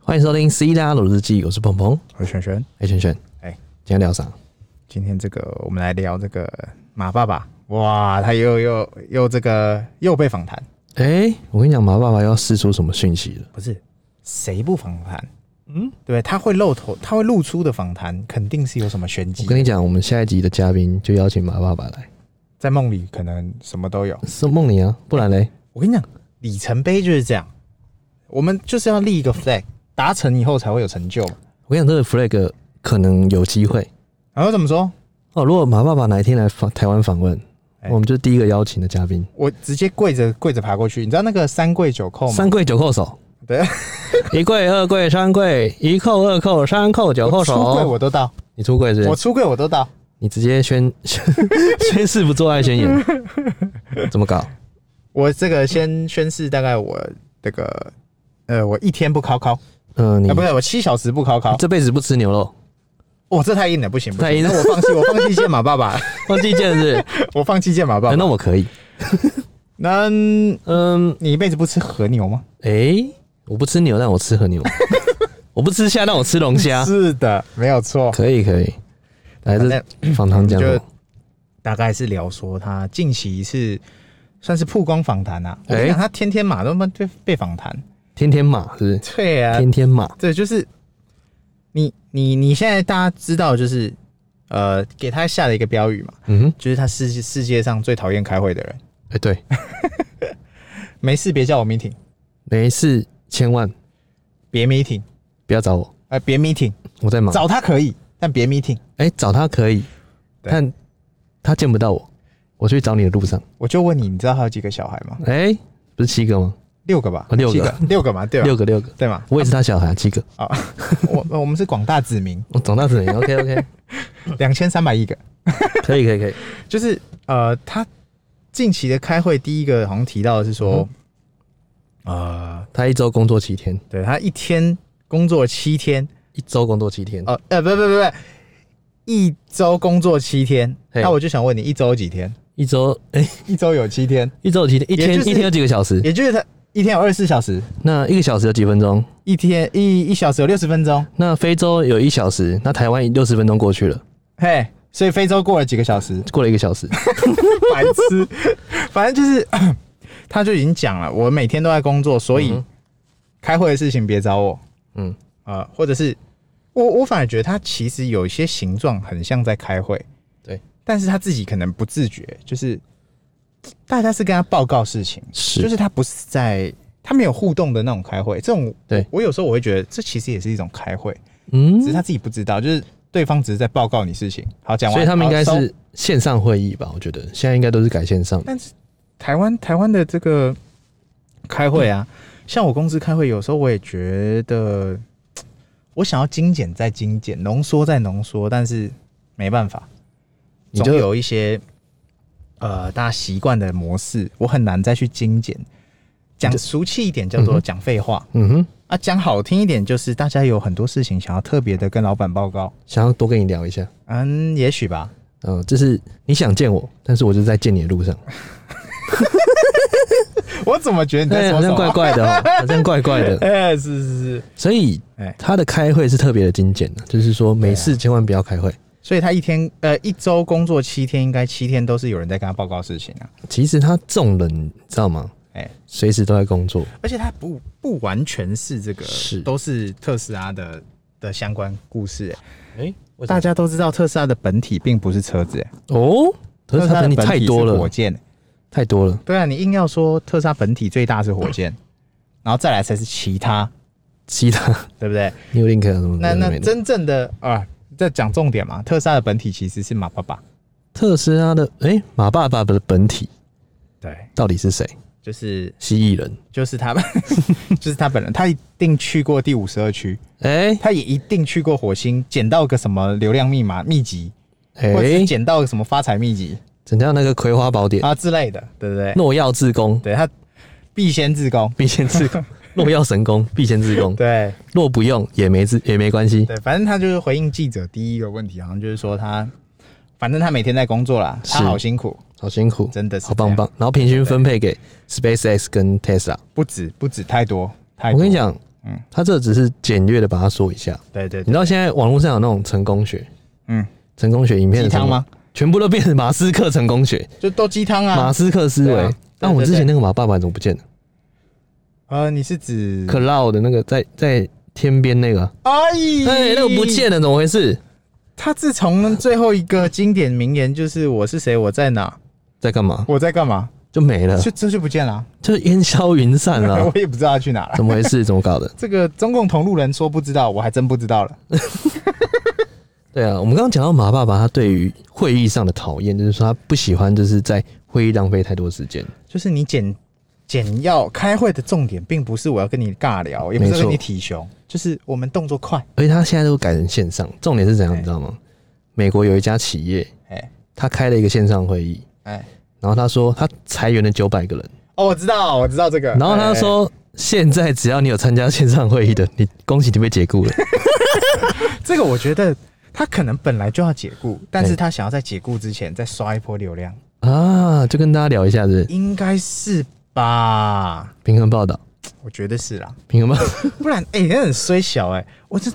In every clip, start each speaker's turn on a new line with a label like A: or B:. A: 欢迎收听《C 大鲁日记》，我是鹏鹏。
B: 我是璇璇。
A: 哎，轩轩，
B: 哎
A: 今天聊啥？
B: 今天这个我们来聊这个马爸爸，哇，他又又又这个又被访谈，
A: 哎、我跟你讲，马爸爸要试出什么讯息了？
B: 不是谁不访谈？嗯，对，他会露头，他会露出的访谈肯定是有什么玄
A: 我
B: 机，
A: 跟你讲，我们下一集的嘉宾就邀请马爸爸来，
B: 在梦里可能什么都有。
A: 是梦里啊，不然嘞，
B: 我跟你讲，里程碑就是这样，我们就是要立一个 flag，达成以后才会有成就嘛。
A: 我跟你讲，这个 flag 可能有机会
B: 然后怎么说？
A: 哦。如果马爸爸哪一天来访台湾访问，
B: 哎哦
A: 我们就是第一个邀请的嘉宾，
B: 我直接跪着跪着爬过去，你知道那个三跪九叩吗？
A: 三跪九叩首，
B: 对，
A: 一跪二跪三跪，一叩二叩三叩九
B: 我
A: 叩哦
B: 出柜
A: 首。
B: 我都到，
A: 你出柜是不
B: 我
A: 是？
B: 出柜我都到。
A: 你直接宣 宣誓不做爱 宣言，怎么搞？
B: 我这个先宣誓，大概我这个呃，我一天不烤烤啊，
A: 嗯、你
B: 不对，我七小时不烤烤。
A: 这辈子不吃牛肉，
B: 哇，这太硬了，不行，不行
A: 太硬了
B: 那我放弃，我放弃剑马 爸爸，
A: 忘记见日。
B: 我放弃剑马爸
A: 哎
B: 爸。
A: 那我可以。
B: 那你
A: 嗯，
B: 一辈子不吃和牛吗？
A: 哎、我不吃牛，但我吃 和牛。我不吃虾，但我吃龙虾。
B: 是的，没有错。
A: 可以可以，来
B: 反
A: 这访谈讲
B: 就大概是聊说他近期是算是曝光访谈啊，我跟你讲，
A: 哎
B: 他天天马都被被访谈，
A: 天天马是不
B: 对
A: 是？
B: 啊，
A: 天天马，
B: 对，就是你你你现在大家知道就是呃，给他下了一个标语嘛。
A: 嗯哼，
B: 就是他世界世界上最讨厌开会的人。
A: 哎、对，
B: 没事别叫我 meeting，
A: 没事，千万
B: 别 meeting，
A: 不要找我，
B: 呃，别 meeting，
A: 我在忙。
B: 找他可以，但别 meeting。
A: 哎、找他可以，
B: 对
A: 但他见不到我，我去找你的路上。
B: 我就问你，你知道他有几个小孩吗？
A: 哎、不是七个吗？
B: 六个吧
A: 啊，六个
B: 七个，六个嘛，对吧？
A: 六个六个，
B: 对嘛？
A: 我也是他小孩，七个。
B: 啊，我我们是广大子民，
A: 我长大成人，OK OK，
B: 两千三百亿个，
A: 可以可以可以。
B: 就是呃，他近期的开会，第一个好像提到的是
A: 嗯
B: 说，呃，
A: 他一周工作七天，
B: 对他一天工作七天，
A: 一周工作七天，
B: 呃呃，不不不不，一周工作七天，
A: 嘿
B: 那我就想问你，一周几天？
A: 一周哎、
B: 一周有七天，
A: 一周有七天，一
B: 也
A: 天、
B: 就是
A: 一天有几个小时？
B: 也就是他一天有二十四小时，
A: 那一个小时有几分钟？
B: 一天一一小时有六十分钟，
A: 那非洲有一小时，那台湾六十分钟过去了，
B: 嘿，所以非洲过了几个小时，
A: 过了一个小时。
B: 白痴， 反正就是， 他就已经讲了，我每天都在工作，所以
A: 嗯
B: 开会的事情别找我，
A: 嗯，
B: 呃，或者是我我反而觉得他其实有一些形状很像在开会，
A: 对，
B: 但是他自己可能不自觉，就是大家是跟他报告事情，
A: 是
B: 就是他不是在他没有互动的那种开会，这种
A: 对
B: 我有时候我会觉得这其实也是一种开会。只是
A: 嗯，
B: 他自己不知道，就是对方只是在报告你事情。好，讲完，
A: 所以他们应该
B: 好收
A: 是线上会议吧？我觉得现在应该都是改线上。
B: 但是台湾台湾的这个开会啊，像我公司开会，有时候我也觉得我想要精简再精简，浓缩再浓缩，但是没办法，
A: 你就
B: 总有一些呃大家习惯的模式，我很难再去精简。讲俗气一点叫
A: 嗯
B: 做
A: 哼
B: 讲废话、
A: 嗯哼，
B: 啊，讲好听一点就是大家有很多事情想要特别的跟老板报告，
A: 想要多跟你聊一下。
B: 嗯，也许吧，
A: 嗯、这是你想见我，但是我就在见你的路上。
B: 我怎么觉 得你在
A: 哎，
B: 说
A: 好
B: 什
A: 像怪
B: 么？
A: 怪的哦， 好像怪怪的。
B: 哎，是是是，
A: 所以
B: 哎，
A: 他的开会是特别的精简的，就是说没
B: 啊
A: 事千万不要开会。
B: 所以他一天呃一周工作七天，应该七天都是有人在跟他报告事情啊。
A: 其实他这种人，你知道吗？
B: 哎，
A: 随时都在工作。
B: 而且他不不完全是这个，
A: 是
B: 都是特斯拉的的相关故事、哎
A: 哎、
B: 大家都知道特斯拉的本体并不是车子、哎
A: 哦，可是
B: 特斯
A: 他
B: 拉的
A: 等你
B: 本
A: 太
B: 体
A: 多
B: 是火
A: 了，
B: 箭、哎
A: 太多了。
B: 对啊，你硬要说特斯拉本体最大是火
A: 嗯
B: 箭，然后再来才是其他，
A: 其他
B: 对不对？
A: New Link 啊什么
B: 那
A: 有的没的
B: 那真正的啊，在讲重点嘛，特斯拉的本体其实是马爸爸。
A: 特斯拉的哎、马爸爸的本体
B: 对，
A: 到底是谁？
B: 就是
A: 蜥蜴人。
B: 就是他， 就是他本人，他一定去过第五十二区，
A: 哎、
B: 他也一定去过火星，捡到个什么流量密码秘籍，或者
A: 哎
B: 是，捡到个什么发财秘籍
A: 怎样那个《葵花宝典》
B: 啊之类的，对不对？
A: 诺药自宫，
B: 对他必先自宫，
A: 必先自 宫，诺药神功，必先自宫。
B: 对
A: 若不用也没自也没关系。
B: 对，反正他就是回应记者第一个问题，好像就是说他，反正他每天在工作啦，他
A: 是
B: 好辛苦，
A: 好辛苦，
B: 真的是
A: 好棒
B: 这样
A: 棒。然后平均分配给 SpaceX 跟 Tesla。
B: 不止不止太多太多。
A: 我跟你，讲，嗯，他这只是简略的把它说一下。
B: 对对
A: 你知道现在网络上有那种成功学，
B: 嗯，
A: 成功学影片
B: 鸡
A: 的成
B: 汤
A: 功
B: 吗？？
A: 全部都变成马斯克成功 学，
B: 就都鸡汤啊
A: 马。斯克思
B: 对啊
A: 维
B: 对。
A: 那我
B: 对
A: 之
B: 对
A: 前那个马爸爸怎么不见了
B: 呃，你是指？
A: ？Cloud 的那个在在天边那个，
B: 哎，
A: 哎，那个不见了，怎么回事？
B: 他自从最后一个经典名言就是“我是谁，我在哪，
A: 在干嘛？
B: 我在干嘛
A: 就没”，了，
B: 就这就不见了啊、
A: 就烟消云散了
B: 我，也不知道他去哪了。
A: 怎么回事？怎么搞的？
B: 这个中共同路人说不知道，我还真不知道了。
A: 对啊，我们刚刚讲到马爸爸，他对于会议上的讨厌，就是说他不喜欢就是在会议浪费太多时间。
B: 就是你简简要开会的重点，并不是我要跟你尬聊，也不是
A: 没错
B: 要跟你体熊，就是我们动作快。
A: 而且他现在都改成线上，重点是怎样，
B: 哎
A: 你知道吗？美国有一家企业，
B: 哎
A: 他开了一个线上会议，
B: 哎，
A: 然后他说他裁员了九百个人，
B: 哦，我知道，我知道这个。
A: 然后他
B: 哎，
A: 说现在只要你有参加线上会议的，你恭喜你被解 雇了。
B: 这个我觉得他可能本来就要解雇，但是
A: 哎
B: 他想要在解雇之前再刷一波流量，
A: 啊，就跟大家聊一下子
B: 应该是吧？
A: 平衡报道，
B: 我觉得是啦，
A: 平衡报
B: 不然哎、那很衰小哎、我这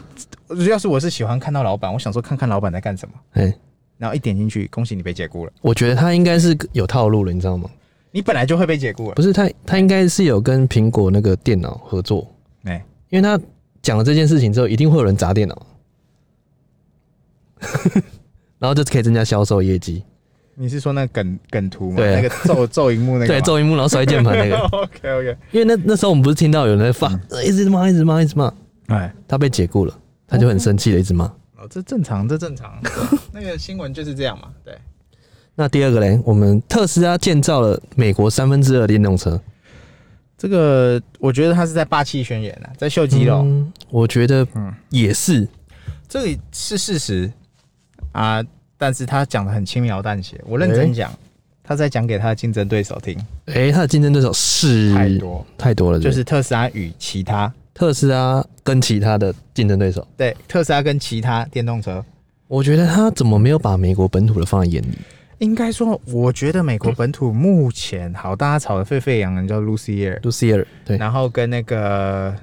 B: 我要是我是喜欢看到老板，我想说看看老板在干什么，
A: 哎、
B: 然后一点进去，恭喜你被解雇了，
A: 我觉得他应该是有套路了，你知道吗？
B: 你本来就会被解雇了
A: 不。是他，他应该是有跟苹果那个电脑合作，
B: 哎、
A: 因为他讲了这件事情之后，一定会有人砸电脑， 然后就可以增加销售业绩。
B: 你是说那个梗梗图吗？
A: 对啊
B: 那个皱皱荧幕那个
A: 对，
B: 吗。
A: 揍一幕然后摔键盘那个，
B: OK OK，
A: 因为那那时候我们不是听到有人在
B: 嗯
A: 发，呃一直骂，一直骂，一直骂，
B: 哎，
A: 他被解雇了，他就很生气的一直骂。
B: 哦，这正常，这正 常。那个新闻就是这样嘛，对。
A: 那第二个嘞，我们特斯拉建造了美国三分之二的电动车，
B: 这个我觉得他是在霸气宣言啊，在秀肌肉，
A: 嗯我觉得
B: 嗯
A: 也是，
B: 这里是事实啊，但是他讲的很轻描淡写，我认真讲，他在讲给他的竞争对手听，
A: 诶，他的竞争对手是
B: 太多，
A: 太多了，
B: 就
A: 就是是
B: 特斯拉与其他，
A: 特斯拉跟其他的竞争对手，
B: 对，特斯拉跟其他电动车，
A: 我觉得他怎么没有把美国本土的放在眼里？
B: 应该说，我觉得美国本土目前好，大家吵得沸沸扬扬叫 Lucier，
A: l u c i e r 对
B: 然后跟那个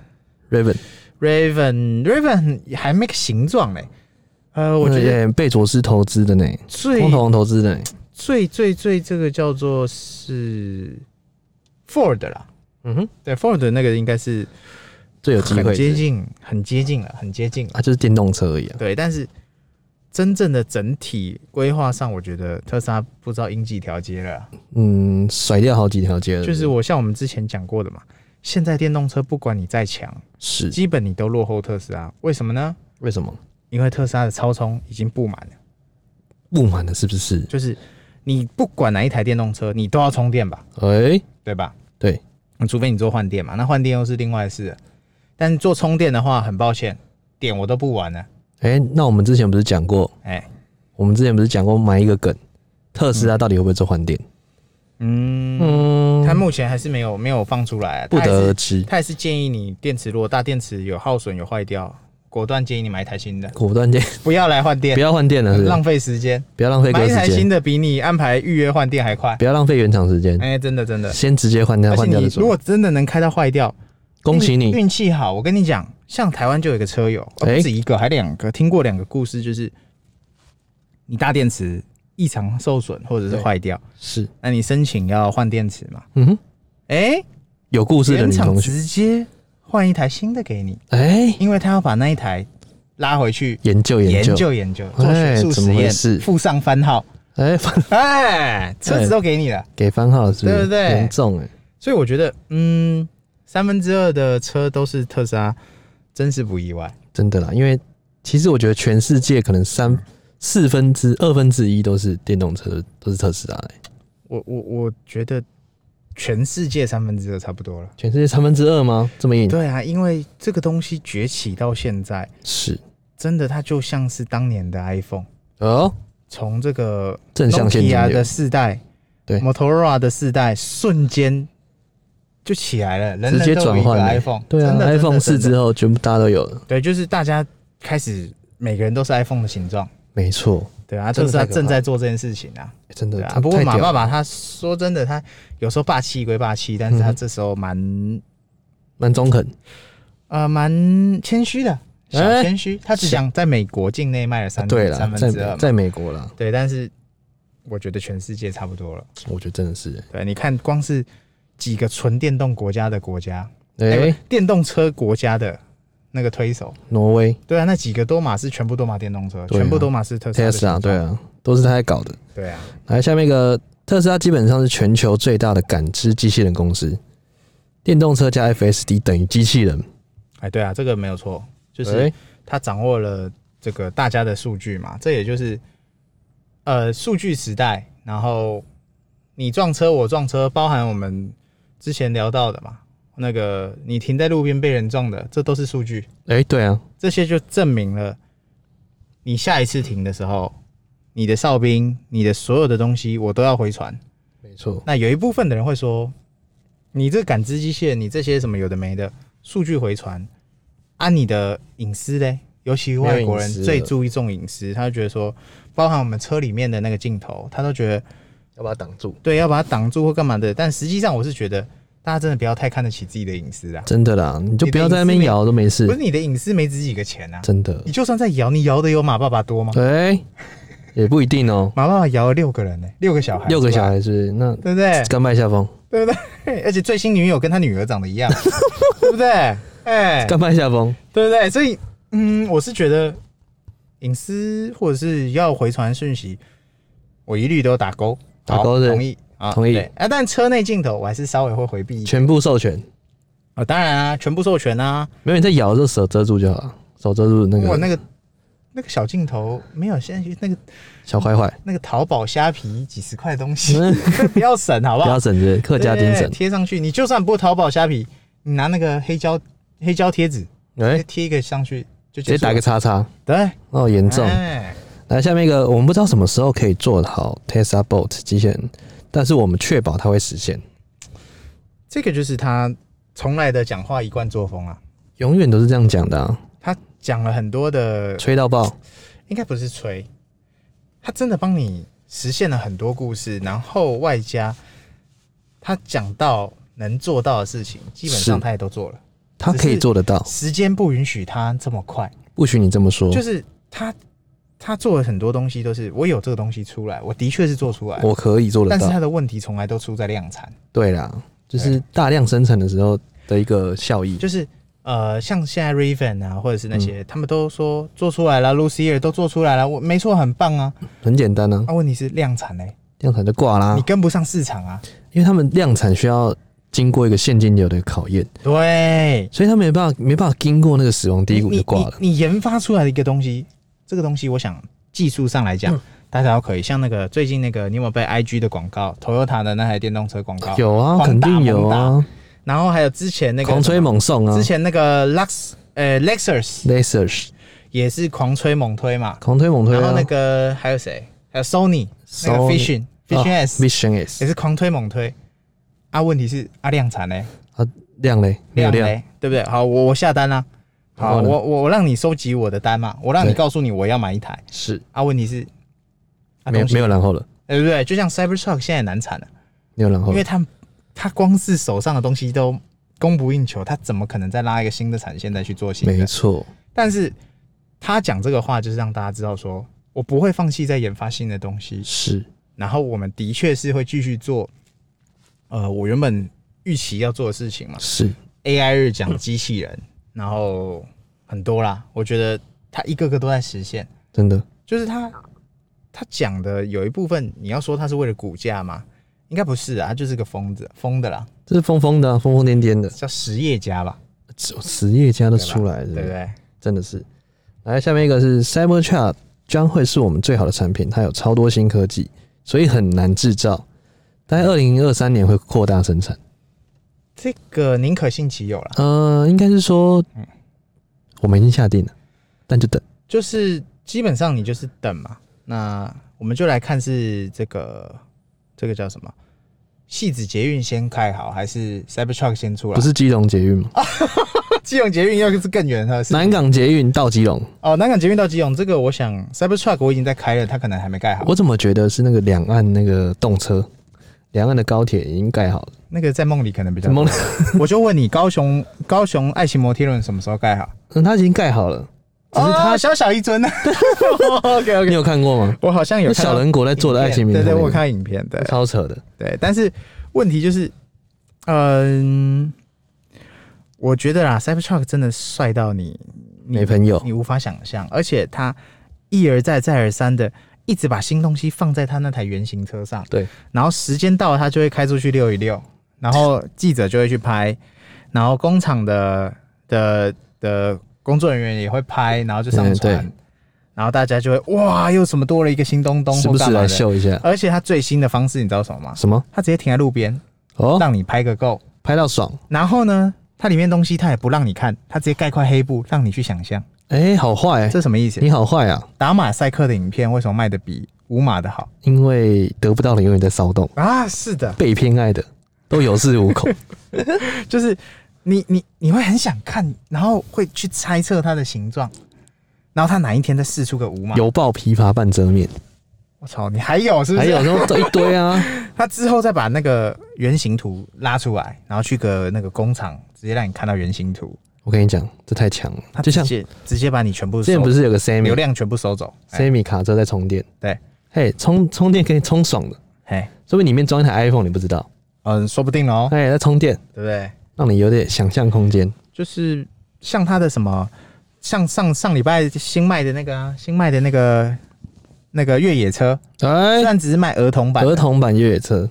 A: Raven，
B: Raven Raven 还没个形状嘞。呃，我觉得
A: 嗯贝佐斯投资的呢，
B: 最
A: 光头王投资的呢，
B: 最最最这个叫做是 Ford 啦，
A: 嗯哼，
B: 对 Ford 那个应该是
A: 最有机
B: 很
A: 会
B: 接
A: 的
B: 近，很接近了，很接近了。
A: 啊，就是电动车而已啊。
B: 对，但是真正的整体规划上，我觉得特斯拉不知道应几条街了啊。
A: 嗯，甩掉好几条街了，
B: 就是我像我们之前讲过的嘛，现在电动车不管你再强，
A: 是
B: 基本你都落后特斯拉。为什么呢？
A: 为什么
B: 因为特斯拉的超充已经布满了。
A: 不满了？是不是？
B: 就是你不管哪一台电动车，你都要充电吧，
A: 哎、
B: 对吧？
A: 对，
B: 嗯除非你做换电嘛，那换电又是另外的事了。但做充电的话，很抱歉，点我都不玩了。
A: 哎、那我们之前不是讲过，
B: 哎、
A: 我们之前不是讲过埋一个梗，特斯拉到底会不会做换电？
B: 嗯，
A: 嗯，
B: 他目前还是没有没有放出来啊，
A: 不
B: 他也
A: 得而
B: 是
A: 知，
B: 他也是建议你电池如果大电池有耗损有坏掉，果断建议你买一台新的，
A: 果断间
B: 不要来换
A: 不
B: 电，
A: 要换电了，是不是
B: 浪费时间。
A: 不要浪费
B: 买
A: 哥
B: 一台
A: 时
B: 新
A: 间，
B: 的比你安排预约换电还快。
A: 不要浪费原厂时间，
B: 哎、真的真的，
A: 先直接换掉，
B: 而且
A: 换掉
B: 你
A: 的
B: 如
A: 说。
B: 果真的能开到坏掉，
A: 恭喜
B: 运
A: 你，
B: 运气好。我跟你讲，像台湾就有一个车友，哦
A: 哎
B: 不止一个，还两个，听过两个故事，就是你大电池异常受损或者是
A: 对
B: 坏掉，
A: 是，
B: 那你申请要换电池嘛？
A: 嗯哼，
B: 哎、
A: 有故事的
B: 原
A: 女
B: 厂
A: 同学，
B: 直接换一台新的给你，
A: 哎、
B: 因为他要把那一台拉回去
A: 研究
B: 研
A: 研究，
B: 究研究，做学
A: 哎
B: 术
A: 怎
B: 实
A: 么回
B: 验，
A: 事
B: 附上番号，
A: 哎、翻
B: 哎，车子都给你了。
A: 给番号是不是？
B: 对不对
A: 严重哎、
B: 所以我觉得，嗯，三分之二的车都是特斯拉，真是不意外。
A: 真的啦，因为其实我觉得全世界可能三四分之二分之一都是电动车，都是特斯拉、欸，
B: 我我我觉得全世界三分之二差不多了。
A: 全世界三分之二吗？这么硬？
B: 对啊，因为这个东西崛起到现在，
A: 是
B: 真的它就像是当年的 iPhone，
A: 哦，
B: 从这个
A: 正向现金
B: Nokia 的
A: 流，
B: 世代，
A: 对
B: ，Motorola 的世代，瞬间就起来了，
A: 直
B: 人
A: 接
B: 人都有
A: 转
B: 一个
A: 换、欸
B: iPhone，
A: 对啊
B: 真的
A: ，iPhone
B: 真
A: 四
B: 的真
A: 之
B: 的
A: 后全部大家都有了，
B: 对，就是大家开始每个人都是 iPhone 的形状，
A: 没错、
B: 对啊，
A: 真的
B: 特斯拉
A: 太可怕
B: 正在做这件事情啊。
A: 欸真的。
B: 对啊，
A: 他
B: 不过
A: 太
B: 马
A: 屌了
B: 爸
A: 嗯
B: 爸他说真的，他有时候霸气归霸气，但是他
A: 嗯哼
B: 这时候蛮
A: 蛮中肯，
B: 呃，蛮谦虚的，小
A: 哎
B: 谦虚。他只讲在美国境内卖了三、
A: 啊对
B: 三
A: 了，
B: 分
A: 在
B: 之二嘛，
A: 在美国啦，
B: 对，但是我觉得全世界差不多了。
A: 我觉得真的是，
B: 对，你看光是几个纯电动国家的国家，
A: 哎、
B: 哎不电动车国家的那个推手，
A: 挪威
B: 对啊，那几个多马是全部多马电动车，
A: 对啊
B: 全部多马是特斯拉的
A: Tesla
B: 形状
A: 对啊，都是他在搞的。
B: 对啊，
A: 来，下面一个特斯拉基本上是全球最大的感知机器人公司，电动车加 FSD 等于机器人，
B: 哎，对啊，这个没有错，就是
A: 哎
B: 他掌握了这个大家的数据嘛，这也就是呃数据时代，然后你撞车我撞车，包含我们之前聊到的嘛，那个你停在路边被人撞的，这都是数据，
A: 哎、对啊，
B: 这些就证明了你下一次停的时候，你的哨兵、你的所有的东西我都要回传。
A: 没错，
B: 那有一部分的人会说，你这感知机械，你这些什么有的没的数据回传，啊，你的隐私嘞？尤其外国人
A: 没有隐私
B: 最注重隐私，他就觉得说，包含我们车里面的那个镜头，他都觉得
A: 要把它挡住，
B: 对要把它挡住或干嘛的。但实际上，我是觉得大家真的不要太看得起自己的隐私啊，
A: 真的啦，你就不要在那边摇都没
B: 不
A: 事
B: 是，你的隐私没值几个钱啊，
A: 真的
B: 你，就算在摇，你摇的有马爸爸多吗？
A: 哎、也不一定哦、
B: 马爸爸摇了六个人呢、六个小孩，
A: 六个小，孩是不是那
B: 对不对？
A: 甘拜下风，
B: 对不对？而且最新女友跟他女儿长得一样， 对不对？哎、
A: 甘拜下风，
B: 对不对？所以，嗯，我是觉得隐私或者是要回传讯息，我一律都打勾，
A: 打
B: 好
A: 勾是
B: 同意啊，
A: 同意
B: 对啊，但车内镜头我还是稍微会回避一点
A: 全部授权，
B: 啊、当然啊，全部授权啊，
A: 没有你在摇的时候手遮住就好了，手遮住那
B: 我
A: 个
B: 那个。那个小镜头没有，现在那个
A: 小坏 坏，
B: 那个淘宝虾皮几十块的东西
A: 嗯，
B: 不要省好
A: 不
B: 不好
A: 要？省着客家精
B: 对
A: 神，
B: 贴上去，你就算不淘宝虾皮，你拿那个黑胶黑胶贴纸，
A: 哎、
B: 直接贴一个上去就
A: 直接
B: 结束了
A: 打个叉叉，
B: 对，
A: 哦，严重。
B: 哎
A: 来，下面一个，我们不知道什么时候可以做好 Tesla Bot 机器人，但是我们确保它会实现，
B: 这个就是他从来的讲话一贯作风啊。
A: 永远都是这样讲的、啊，
B: 他讲了很多的，
A: 吹到爆。
B: 应该不是吹，他真的帮你实现了很多故事，然后外加他讲到能做到的事情，基本上
A: 是
B: 他也都做了。
A: 它可以做得到，
B: 时间不允许他这么快，
A: 不许你这么说。
B: 就是他他做了很多东西，都是我有这个东西出来，我的确是做出来，
A: 哦我可以做得
B: 但是
A: 到
B: 他。的问题从来都出在量产。
A: 对啦，就是大量生产的时候的一个效益。
B: 就是呃，像现在 Raven 啊，或者是那
A: 嗯
B: 些，他们都说做出来了，Lucier 都做出来了，我没错，很棒啊。
A: 很简单啊，
B: 啊，问题是量产嘞、
A: 量产就挂啦
B: 你，跟不上市场啊。
A: 因为他们量产需要经过一个现金流的考验，
B: 对，
A: 所以他没办法没办法经过那个死亡低谷
B: 你
A: 就挂了。
B: 你你你研发出来的一个东西，这个东西我想技术上来讲，
A: 嗯
B: 大家都可以。像那个最近那个，你有没有被 IG 的广告，Toyota 的那台电动车广告，
A: 有啊，
B: 狂
A: 肯
B: 打
A: 定有啊，
B: 然后还有之前那个
A: 狂吹
B: 什么，
A: 猛送啊
B: 之前那个 Lux 呃 Lexus
A: ，Lasers
B: 也是狂吹猛推嘛。
A: 狂推猛推
B: 然后
A: 啊
B: 那个还有谁？还有 Sony 那个
A: Sony 哦
B: Vision Vision S
A: 啊，Vision S
B: 也是狂推猛推啊。问题是啊，量产呢、
A: 啊，量嘞，没有
B: 量
A: 量，
B: 嘞，对不对？好，我我下单啦、
A: 然
B: 好，
A: 后呢
B: 我我我让你收集我的单嘛，我让你
A: 对
B: 告诉你我要买一台
A: 是
B: 啊。问题是啊，
A: 没有
B: 东西
A: 没有，然后了，
B: 对不对？就像 Cybertruck 现在也难产了，
A: 没有然后
B: 因
A: 了
B: 为，他他光是手上的东西都供不应求，他怎么可能再拉一个新的产线再去做新
A: 没
B: 的？
A: 错，
B: 但是他讲这个话，就是让大家知道说，我不会放弃在研发新的东西，
A: 是
B: 然后我们的确是会继续做，呃，我原本预期要做的事情嘛
A: 是，
B: ，AI 日讲机器人，然后很多啦，我觉得它一个个都在实现，
A: 真的
B: 就是它它讲的有一部分，你要说它是为了股价嘛，应该不是啊，它就是个疯子，疯的啦，
A: 这是疯疯的啊，疯疯癫癫的，
B: 叫实业家吧，
A: 实业家都出来了，
B: 对不对？
A: 真的是。来，下面一个是 CyberChat 将会是我们最好的产品，它有超多新科技，所以很难制造。大概二零二三年会扩大生产。
B: 这个宁可信其有啦，
A: 呃，应该是说我们已经下定了，但就等。
B: 就是基本上你就是等嘛。那我们就来看是这个这个叫什么？戏子捷运先开好，还是 Cybertruck 先出来？
A: 不，是基隆捷运吗？
B: 基隆捷运要是更远了，啊是
A: 南港捷运到基隆，
B: 哦，南港捷运到基隆，这个我想 Cybertruck 我已经在开了，它可能还没盖好。
A: 我怎么觉得是那个两岸那个动车，两岸的高铁已经盖好了，
B: 那个在梦里可能比较
A: 怎么
B: 多。我就问你，高雄高雄爱情摩天轮什么时候盖好？
A: 嗯， 它已经盖好了，只是它、
B: 哦小小一 尊呢。OK
A: 你
B: OK，
A: 有看过吗？
B: 我好像有
A: 哦那
B: 看到
A: 小人国在做的爱情
B: 影
A: 名
B: 片对对，
A: 堂
B: 我有看到影片，对
A: 超扯的，
B: 对。但是问题就是，嗯，我觉得啦，Cybertruck 真的帅到你你
A: 没朋友，
B: 你无法想象，而且他一而再再而三的一直把新东西放在他那台原型车上，
A: 对，
B: 然后时间到了他就会开出去溜一溜，然后记者就会去拍，然后工厂的的的工作人员也会拍，然后就上
A: 嗯
B: 传，
A: 对
B: 然后大家就会哇，又什么多了一个新东东
A: 时
B: 或
A: 不
B: 干
A: 时
B: 嘛
A: 来
B: 的，
A: 秀一下，
B: 而且他最新的方式你知道什么吗？
A: 什么
B: 他直接停在路边
A: 哦，
B: 让你拍个够，
A: 拍到爽，
B: 然后呢，它里面东西它也不让你看，它直接盖块黑布让你去想象，
A: 哎、好坏、
B: 这什么意思？
A: 你好坏啊，
B: 打马赛克的影片为什么卖的比无码的好
A: 因为得不到的永远在骚动，
B: 啊？是的，
A: 被偏爱的都有恃无 恐，
B: 就是你你你会很想看，然后会去猜测它的形状，然后它哪一天再试出个无码。，
A: 犹抱琵琶半遮面，
B: 我操，你还有是不
A: 还
B: 是？
A: 有那种一堆啊，
B: 它之后再把那个原型图拉出来，然后去个那个工厂，直接让你看到原型图，
A: 我跟你讲，这太强了，
B: 它
A: 就
B: 直
A: 像之
B: 接直接把你全部
A: 前
B: 收
A: 不是有个
B: 流
A: Sammy
B: 量全部收走。哎
A: Sammy 卡车在充电，
B: 对，
A: 嘿，充充电可以充爽的，
B: 哎，
A: 说不定里面装一台 iPhone 你不知道，
B: 嗯，说不定哦，
A: 哎，在充电，
B: 对不对？
A: 让你有点想象空间，
B: 就是像他的什么，像上上礼拜新卖的那个、啊、新卖的那个那个越野车，虽
A: 哎，呃
B: 然只是卖儿童版的，
A: 儿童版越野车，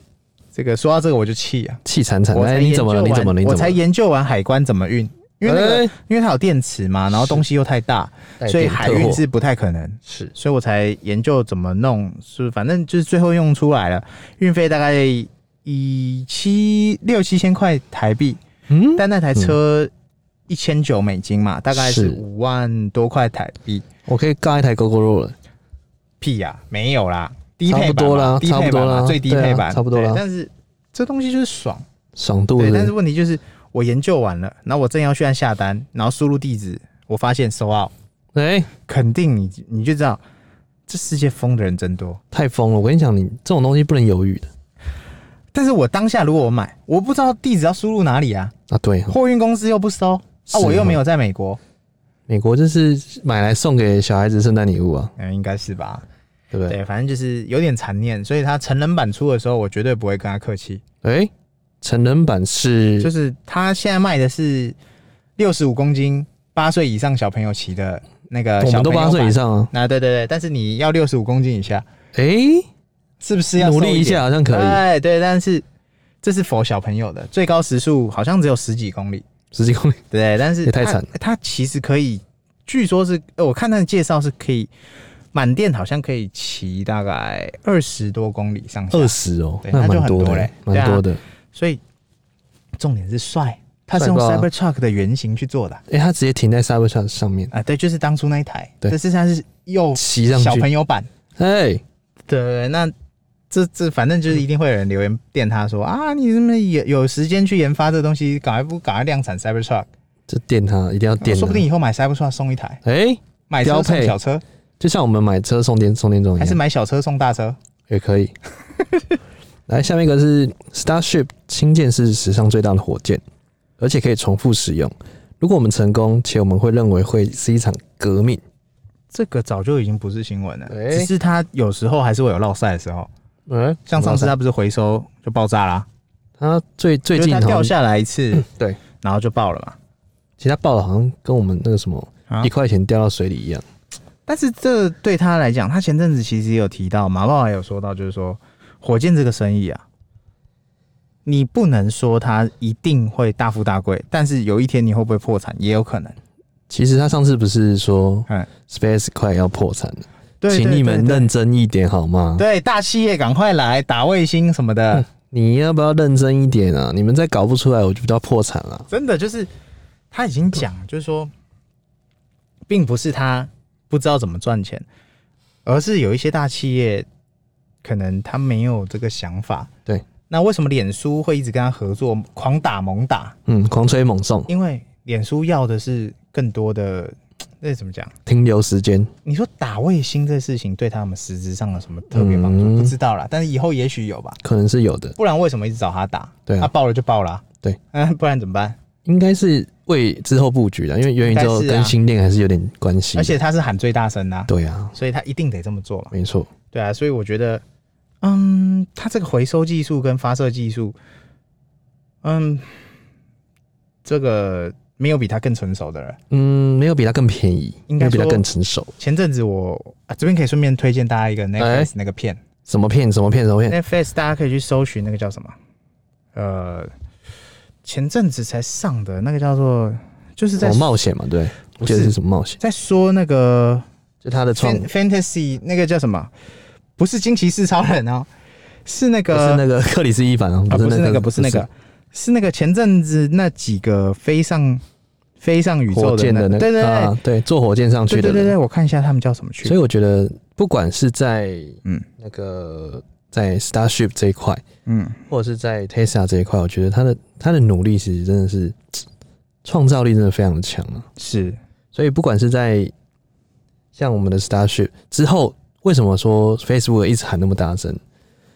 B: 这个说到这个我就气啊！
A: 气惨惨，
B: 我才
A: 哎，你怎么了？
B: 研究
A: 你怎么了？
B: 完
A: 你
B: 我
A: 怎么
B: 才
A: 了？
B: 研究完海关怎么运，因为那个、
A: 哎
B: 因为它有电池嘛，然后东西又太大，
A: 带
B: 所以
A: 点
B: 海
A: 特
B: 运
A: 货
B: 是不太可能。
A: 是
B: 所以我才研究怎么弄，是反正就是最后用出来了，运费大概以七六七千块台币，
A: 嗯，
B: 但那台车一千九美金嘛，大概是
A: 是
B: 五万多块台币。
A: 我可以尬一台 GoGo 肉了，
B: 屁呀、没有啦，低
A: 差
B: 配
A: 不
B: 版
A: 多
B: 嘛
A: 啦
B: 低
A: 差
B: 配
A: 不
B: 版
A: 多
B: 嘛
A: 啦
B: 最低
A: 对啊
B: 配版，
A: 差不多
B: 对
A: 啦
B: 但是这东西就是爽，
A: 爽度
B: 对。
A: 是不
B: 但是
A: 是
B: 问题就是，我研究完了，然后我正要去按下单，然后输入地址，我发现收 out，
A: 哎，
B: 肯定你你就知道，这世界疯的人真多。
A: 太疯了！我跟你讲，你这种东西不能犹豫的
B: 但是我当下如果我买，我不知道地址要输入哪里啊，
A: 啊。对哦，
B: 货运公司又不收
A: 是
B: 啊，我又
A: 哦
B: 没有在美国，
A: 美国就是买来送给小孩子圣诞礼物啊，
B: 嗯，应该是吧？
A: 对不对？
B: 对，反正就是有点残念，所以他成人版出的时候，我绝对不会跟他客气。
A: 哎，成人版是
B: 就是他现在卖的是六十五公斤八岁以上小朋友骑的那个
A: 我
B: 小
A: 们都
B: 朋友
A: 八岁以
B: 版。
A: 上啊。
B: 啊，对对对，但是你要六十五公斤以下，
A: 哎，
B: 是不是要
A: 努
B: 瘦
A: 力
B: 一
A: 一下好像可
B: 点？
A: 以，
B: 哎，对，但是这是否小朋友的，最高时速好像只有十几公里，
A: 十几公里。
B: 对，但是
A: 也太
B: 它
A: 惨了
B: 它其实可以，据说是呃我看那个介绍是可以，满电好像可以骑大概二十多公里上下，
A: 二十哦，
B: 对
A: 那
B: 那就
A: 蛮
B: 很
A: 多
B: 多
A: 的
B: 嘞，对啊
A: 蛮多的。
B: 所以重点是帅，它是用
A: 帅爆啊
B: Cybertruck 的原型去做的啊。
A: 哎，它直接停在 Cybertruck 上面，
B: 啊，对，就是当初那一台，
A: 对
B: 但是它是又
A: 骑上
B: 小
A: 去。
B: 朋友版，
A: 哎，
B: 对对，那这这反正就是一定会有人留言电他说啊，你怎么有有时间去研发这东西，赶快不赶快量产 Cybertruck，
A: 这电它一定要电它。
B: 哦说不定以后买 Cybertruck 送一台，
A: 哎，
B: 买
A: 标
B: 车送
A: 配
B: 小车，
A: 就像我们买车送电送电中一
B: 还是
A: 样，
B: 买小车送大车，
A: 也可以。 来，下面一个是 Starship 氢舰是史上最大的火箭，而且可以重复使用。如果我们成功，且我们会认为会是一场革命。
B: 这个早就已经不是新闻了，
A: 哎
B: 只是它有时候还是会有落赛的时候，
A: 嗯，
B: 哎像上次它不啊是回收就爆炸啦，
A: 它最最
B: 就是
A: 近
B: 它
A: 好像
B: 掉下来一 次，
A: 对，
B: 然后就爆了嘛。
A: 其实它爆的好像跟我们那个什么
B: 啊
A: 一块钱掉到水里一样。
B: 但是这对他来讲，他前阵子其实也有提到，马爸爸有说到，就是说火箭这个生意啊，你不能说它一定会大富大贵，但是有一天你会不会破产也有可能。
A: 其实他上次不是说
B: 嗯，
A: Space 快要破产了，
B: 对，
A: 请你们
B: 对
A: 认真一点好吗？
B: 对对大企业赶快来打卫星什么的，
A: 你要不要认真一点啊？你们再搞不出来，我就不叫破产了。
B: 真的就是他已经讲，就是说，并不是他不知道怎么赚钱，而是有一些大企业可能他没有这个想法。
A: 对，
B: 那为什么脸书会一直跟他合作，狂打猛打？
A: 嗯，狂吹猛送，
B: 因为脸书要的是更多的那怎么讲？
A: 停留时间。
B: 你说打卫星这事情对他们实质上有什么特别帮助？
A: 嗯
B: 不知道啦，但是以后也许有吧。
A: 可能是有的，
B: 不然为什么一直找他打？
A: 对啊
B: 他爆了就爆了、
A: 对，
B: 嗯， 不然怎么办？
A: 应该是为之后布局的，因为元宇宙
B: 应该是啊
A: 跟星链还是有点关系的。
B: 而且他是喊最大声的、啊，
A: 对啊，
B: 所以他一定得这么做嘛。
A: 没错，
B: 对啊，所以我觉得，嗯，他这个回收技术跟发射技术，嗯，这个没有比他更成熟的了。
A: 嗯，没有比它更便宜，
B: 应
A: 没
B: 该
A: 有比它
B: 说
A: 更成熟。
B: 前阵子我啊，这边可以顺便推荐大家一
A: 哎
B: 个 Netflix 那个片、
A: 什么片？什么片？什么片？
B: Netflix 大家可以去搜寻那个叫什么，呃，前阵子才上的那个叫做，就是
A: 什
B: 在
A: 么冒险嘛？对，
B: 不
A: 就是
B: 是
A: 什么冒险？
B: 在说那个
A: 就它的创
B: fan- fantasy 那个叫什么？不是惊奇四超人哦，是那
A: 不是
B: 个
A: 那个克里斯伊凡啊，
B: 啊，
A: 不是
B: 不是那
A: 那
B: 个，不是那个，是那个前阵子那几个飞上飞上宇宙
A: 火
B: 的
A: 箭的那
B: 那
A: 个，
B: 个，对对对
A: 啊对，坐火箭上去
B: 对
A: 的
B: 对
A: 人，
B: 对对，我看一下他们叫什么去
A: 所以我觉得，不管是在
B: 嗯
A: 那个在 Starship 这一块，
B: 嗯，
A: 或者是在 Tesla 这一块，我觉得他的他的努力其实真的是创造力真的非常的强啊。
B: 是
A: 所以不管是在像我们的 Starship 之后，为什么说 Facebook 一直喊那么大声？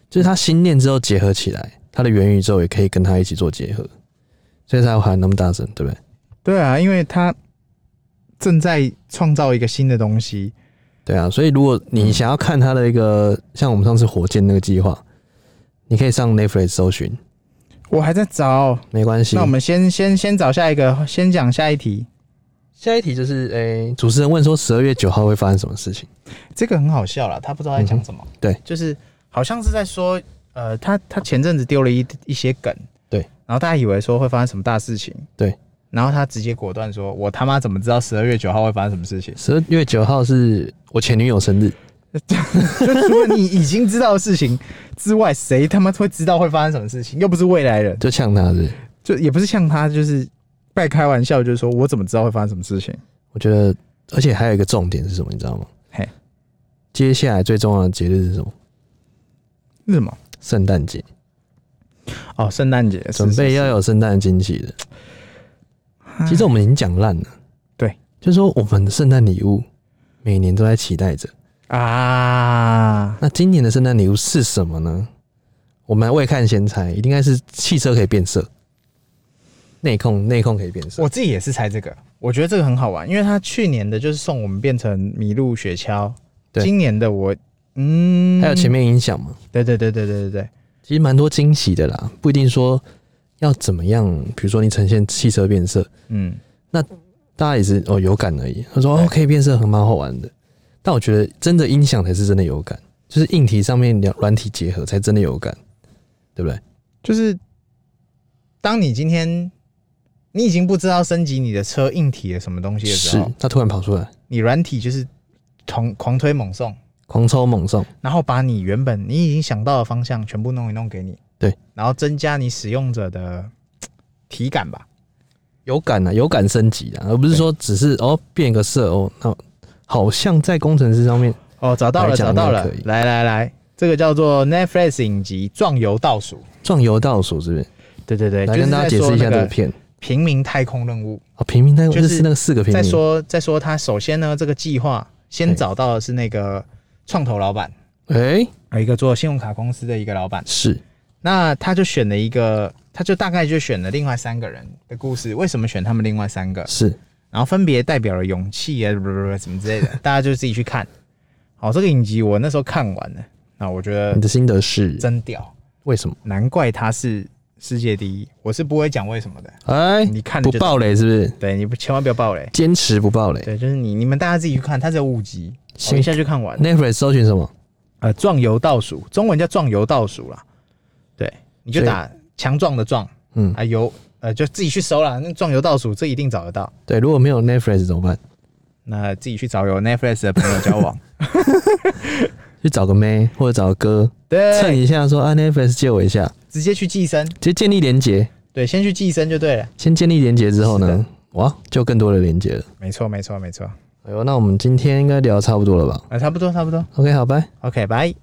A: 就是他心念之后结合起来，他的元宇宙也可以跟他一起做结合，所以才会喊那么大声，对不对？
B: 对啊，因为他正在创造一个新的东西，
A: 对啊，所以如果你想要看他的一个，像我们上次火箭那个计划，你可以上 Netflix 搜寻，
B: 我还在找。
A: 没关系。
B: 那我们先先先找下一个，先讲下一题，
A: 下一题就是，诶、主持人问说十二月九号会发生什么事情？
B: 这个很好笑啦，他不知道在讲什么、
A: 嗯对，
B: 就是好像是在说，呃，他他前阵子丢了一一些梗，
A: 对，
B: 然后大家以为说会发生什么大事情，
A: 对，
B: 然后他直接果断说，我他妈怎么知道十二月九号会发生什么事情？
A: 十二月九号是我前女友生日，
B: 就除了你已经知道的事情之外，谁他妈会知道会发生什么事情？又不是未来人，
A: 就呛她是不是
B: 就也不是像他就是半开玩笑，就是说我怎么知道会发生什么事情？
A: 我觉得，而且还有一个重点是什么，你知道吗？
B: 嘿，
A: 接下来最重要的节日是什么？
B: 是什么？
A: 圣诞节，
B: 哦，圣诞节
A: 准备要
B: 有，
A: 有圣诞惊喜的。其实我们已经讲烂了，
B: 对，
A: 就是说我们的圣诞礼物每年都在期待着。
B: 啊，
A: 那今年的圣诞礼物是什么呢？我们未看先猜，应该是汽车可以变色，内控内控可以变色。
B: 我自己也是猜这个，我觉得这个很好玩，因为他去年的就是送我们变成麋鹿雪橇，
A: 对
B: 今年的我，嗯，
A: 还有前，面音响嘛，
B: 对对对对对对对，
A: 其实蛮多惊喜的啦，不一定说要怎么样，比如说你呈现汽车变色，
B: 嗯，
A: 大家也是哦有感而已。他说
B: 对
A: 哦可以变色，很蛮好玩的。但我觉得真的音响才是真的有感，就是硬体上面两软体结合才真的有感，对不对？
B: 就是当你今天你已经不知道升级你的车硬体的什么东西的时
A: 是
B: 候，，
A: 它突然跑出来，
B: 你软体就是狂狂推猛送，
A: 狂抽猛送，
B: 然后把你原本你已经想到的方向全部弄一弄给你，
A: 对，
B: 然后增加你使用者的嘖体感吧，
A: 有感啊，有感升级啊，而不是说只是哦变个色哦，那好像在工程师上面
B: 哦，找到
A: 来
B: 了，
A: 讲
B: 找到
A: 那个
B: 了
A: 可以，
B: 来来来，这个叫做 Netflix 影集《壮游倒数》。
A: 壮游倒数是不是？
B: 对对对，
A: 来
B: 就是
A: 跟大家
B: 在
A: 解
B: 说
A: 释一下
B: 那
A: 这个
B: 个
A: 片
B: 平民太空任务。
A: 哦，平民单
B: 就
A: 就是是那个四个平
B: 再
A: 民，
B: 说再说，他首先呢，这个计划先找到的是那个创投老板，
A: 哎、
B: 有一个做信用卡公司的一个老板，
A: 是
B: 那他就选了一个，他就大概就选了另外三个人的故事。为什么选他们另外三个？
A: 是，
B: 然后分别代表了勇气啊，不不不什么之类的， 大家就自己去看。好，这个影集我那时候看完了，那我觉得
A: 你的心得是
B: 呃真屌。
A: 为什么？
B: 难怪他是世界第一。我是不会讲为什么的，
A: 哎、
B: 你看
A: 不
B: 就知道，
A: 爆雷是不是？
B: 对，你不千万不要爆雷。
A: 坚持不爆雷。
B: 对，就是你你们大家自己去看，它只有五集，我
A: 行
B: 一下就看完。
A: Netflix 搜寻什么？
B: 呃，壮游倒数，中文叫壮游倒数啦。对，你就打强壮的壮
A: 嗯，
B: 啊游，呃，就自己去搜啦。那壮游倒数这一定找得到，
A: 对，如果没有 Netflix 怎么办？
B: 那自己去找有 Netflix 的朋友 交往。
A: 去找个妹或者找个哥蹭
B: 对，
A: 一下说啊 Netflix 借我一下，
B: 直接去寄生。
A: 就建立连接。
B: 对，先去寄生就对了。
A: 先建立连接之后
B: 是
A: 呢，哇，就更多的连接了。
B: 没错，没错，没错。
A: 哎呦，那我们今天应该聊得差不多了吧
B: 啊，差不多，差不多。
A: ？OK，好，拜。
B: OK，拜。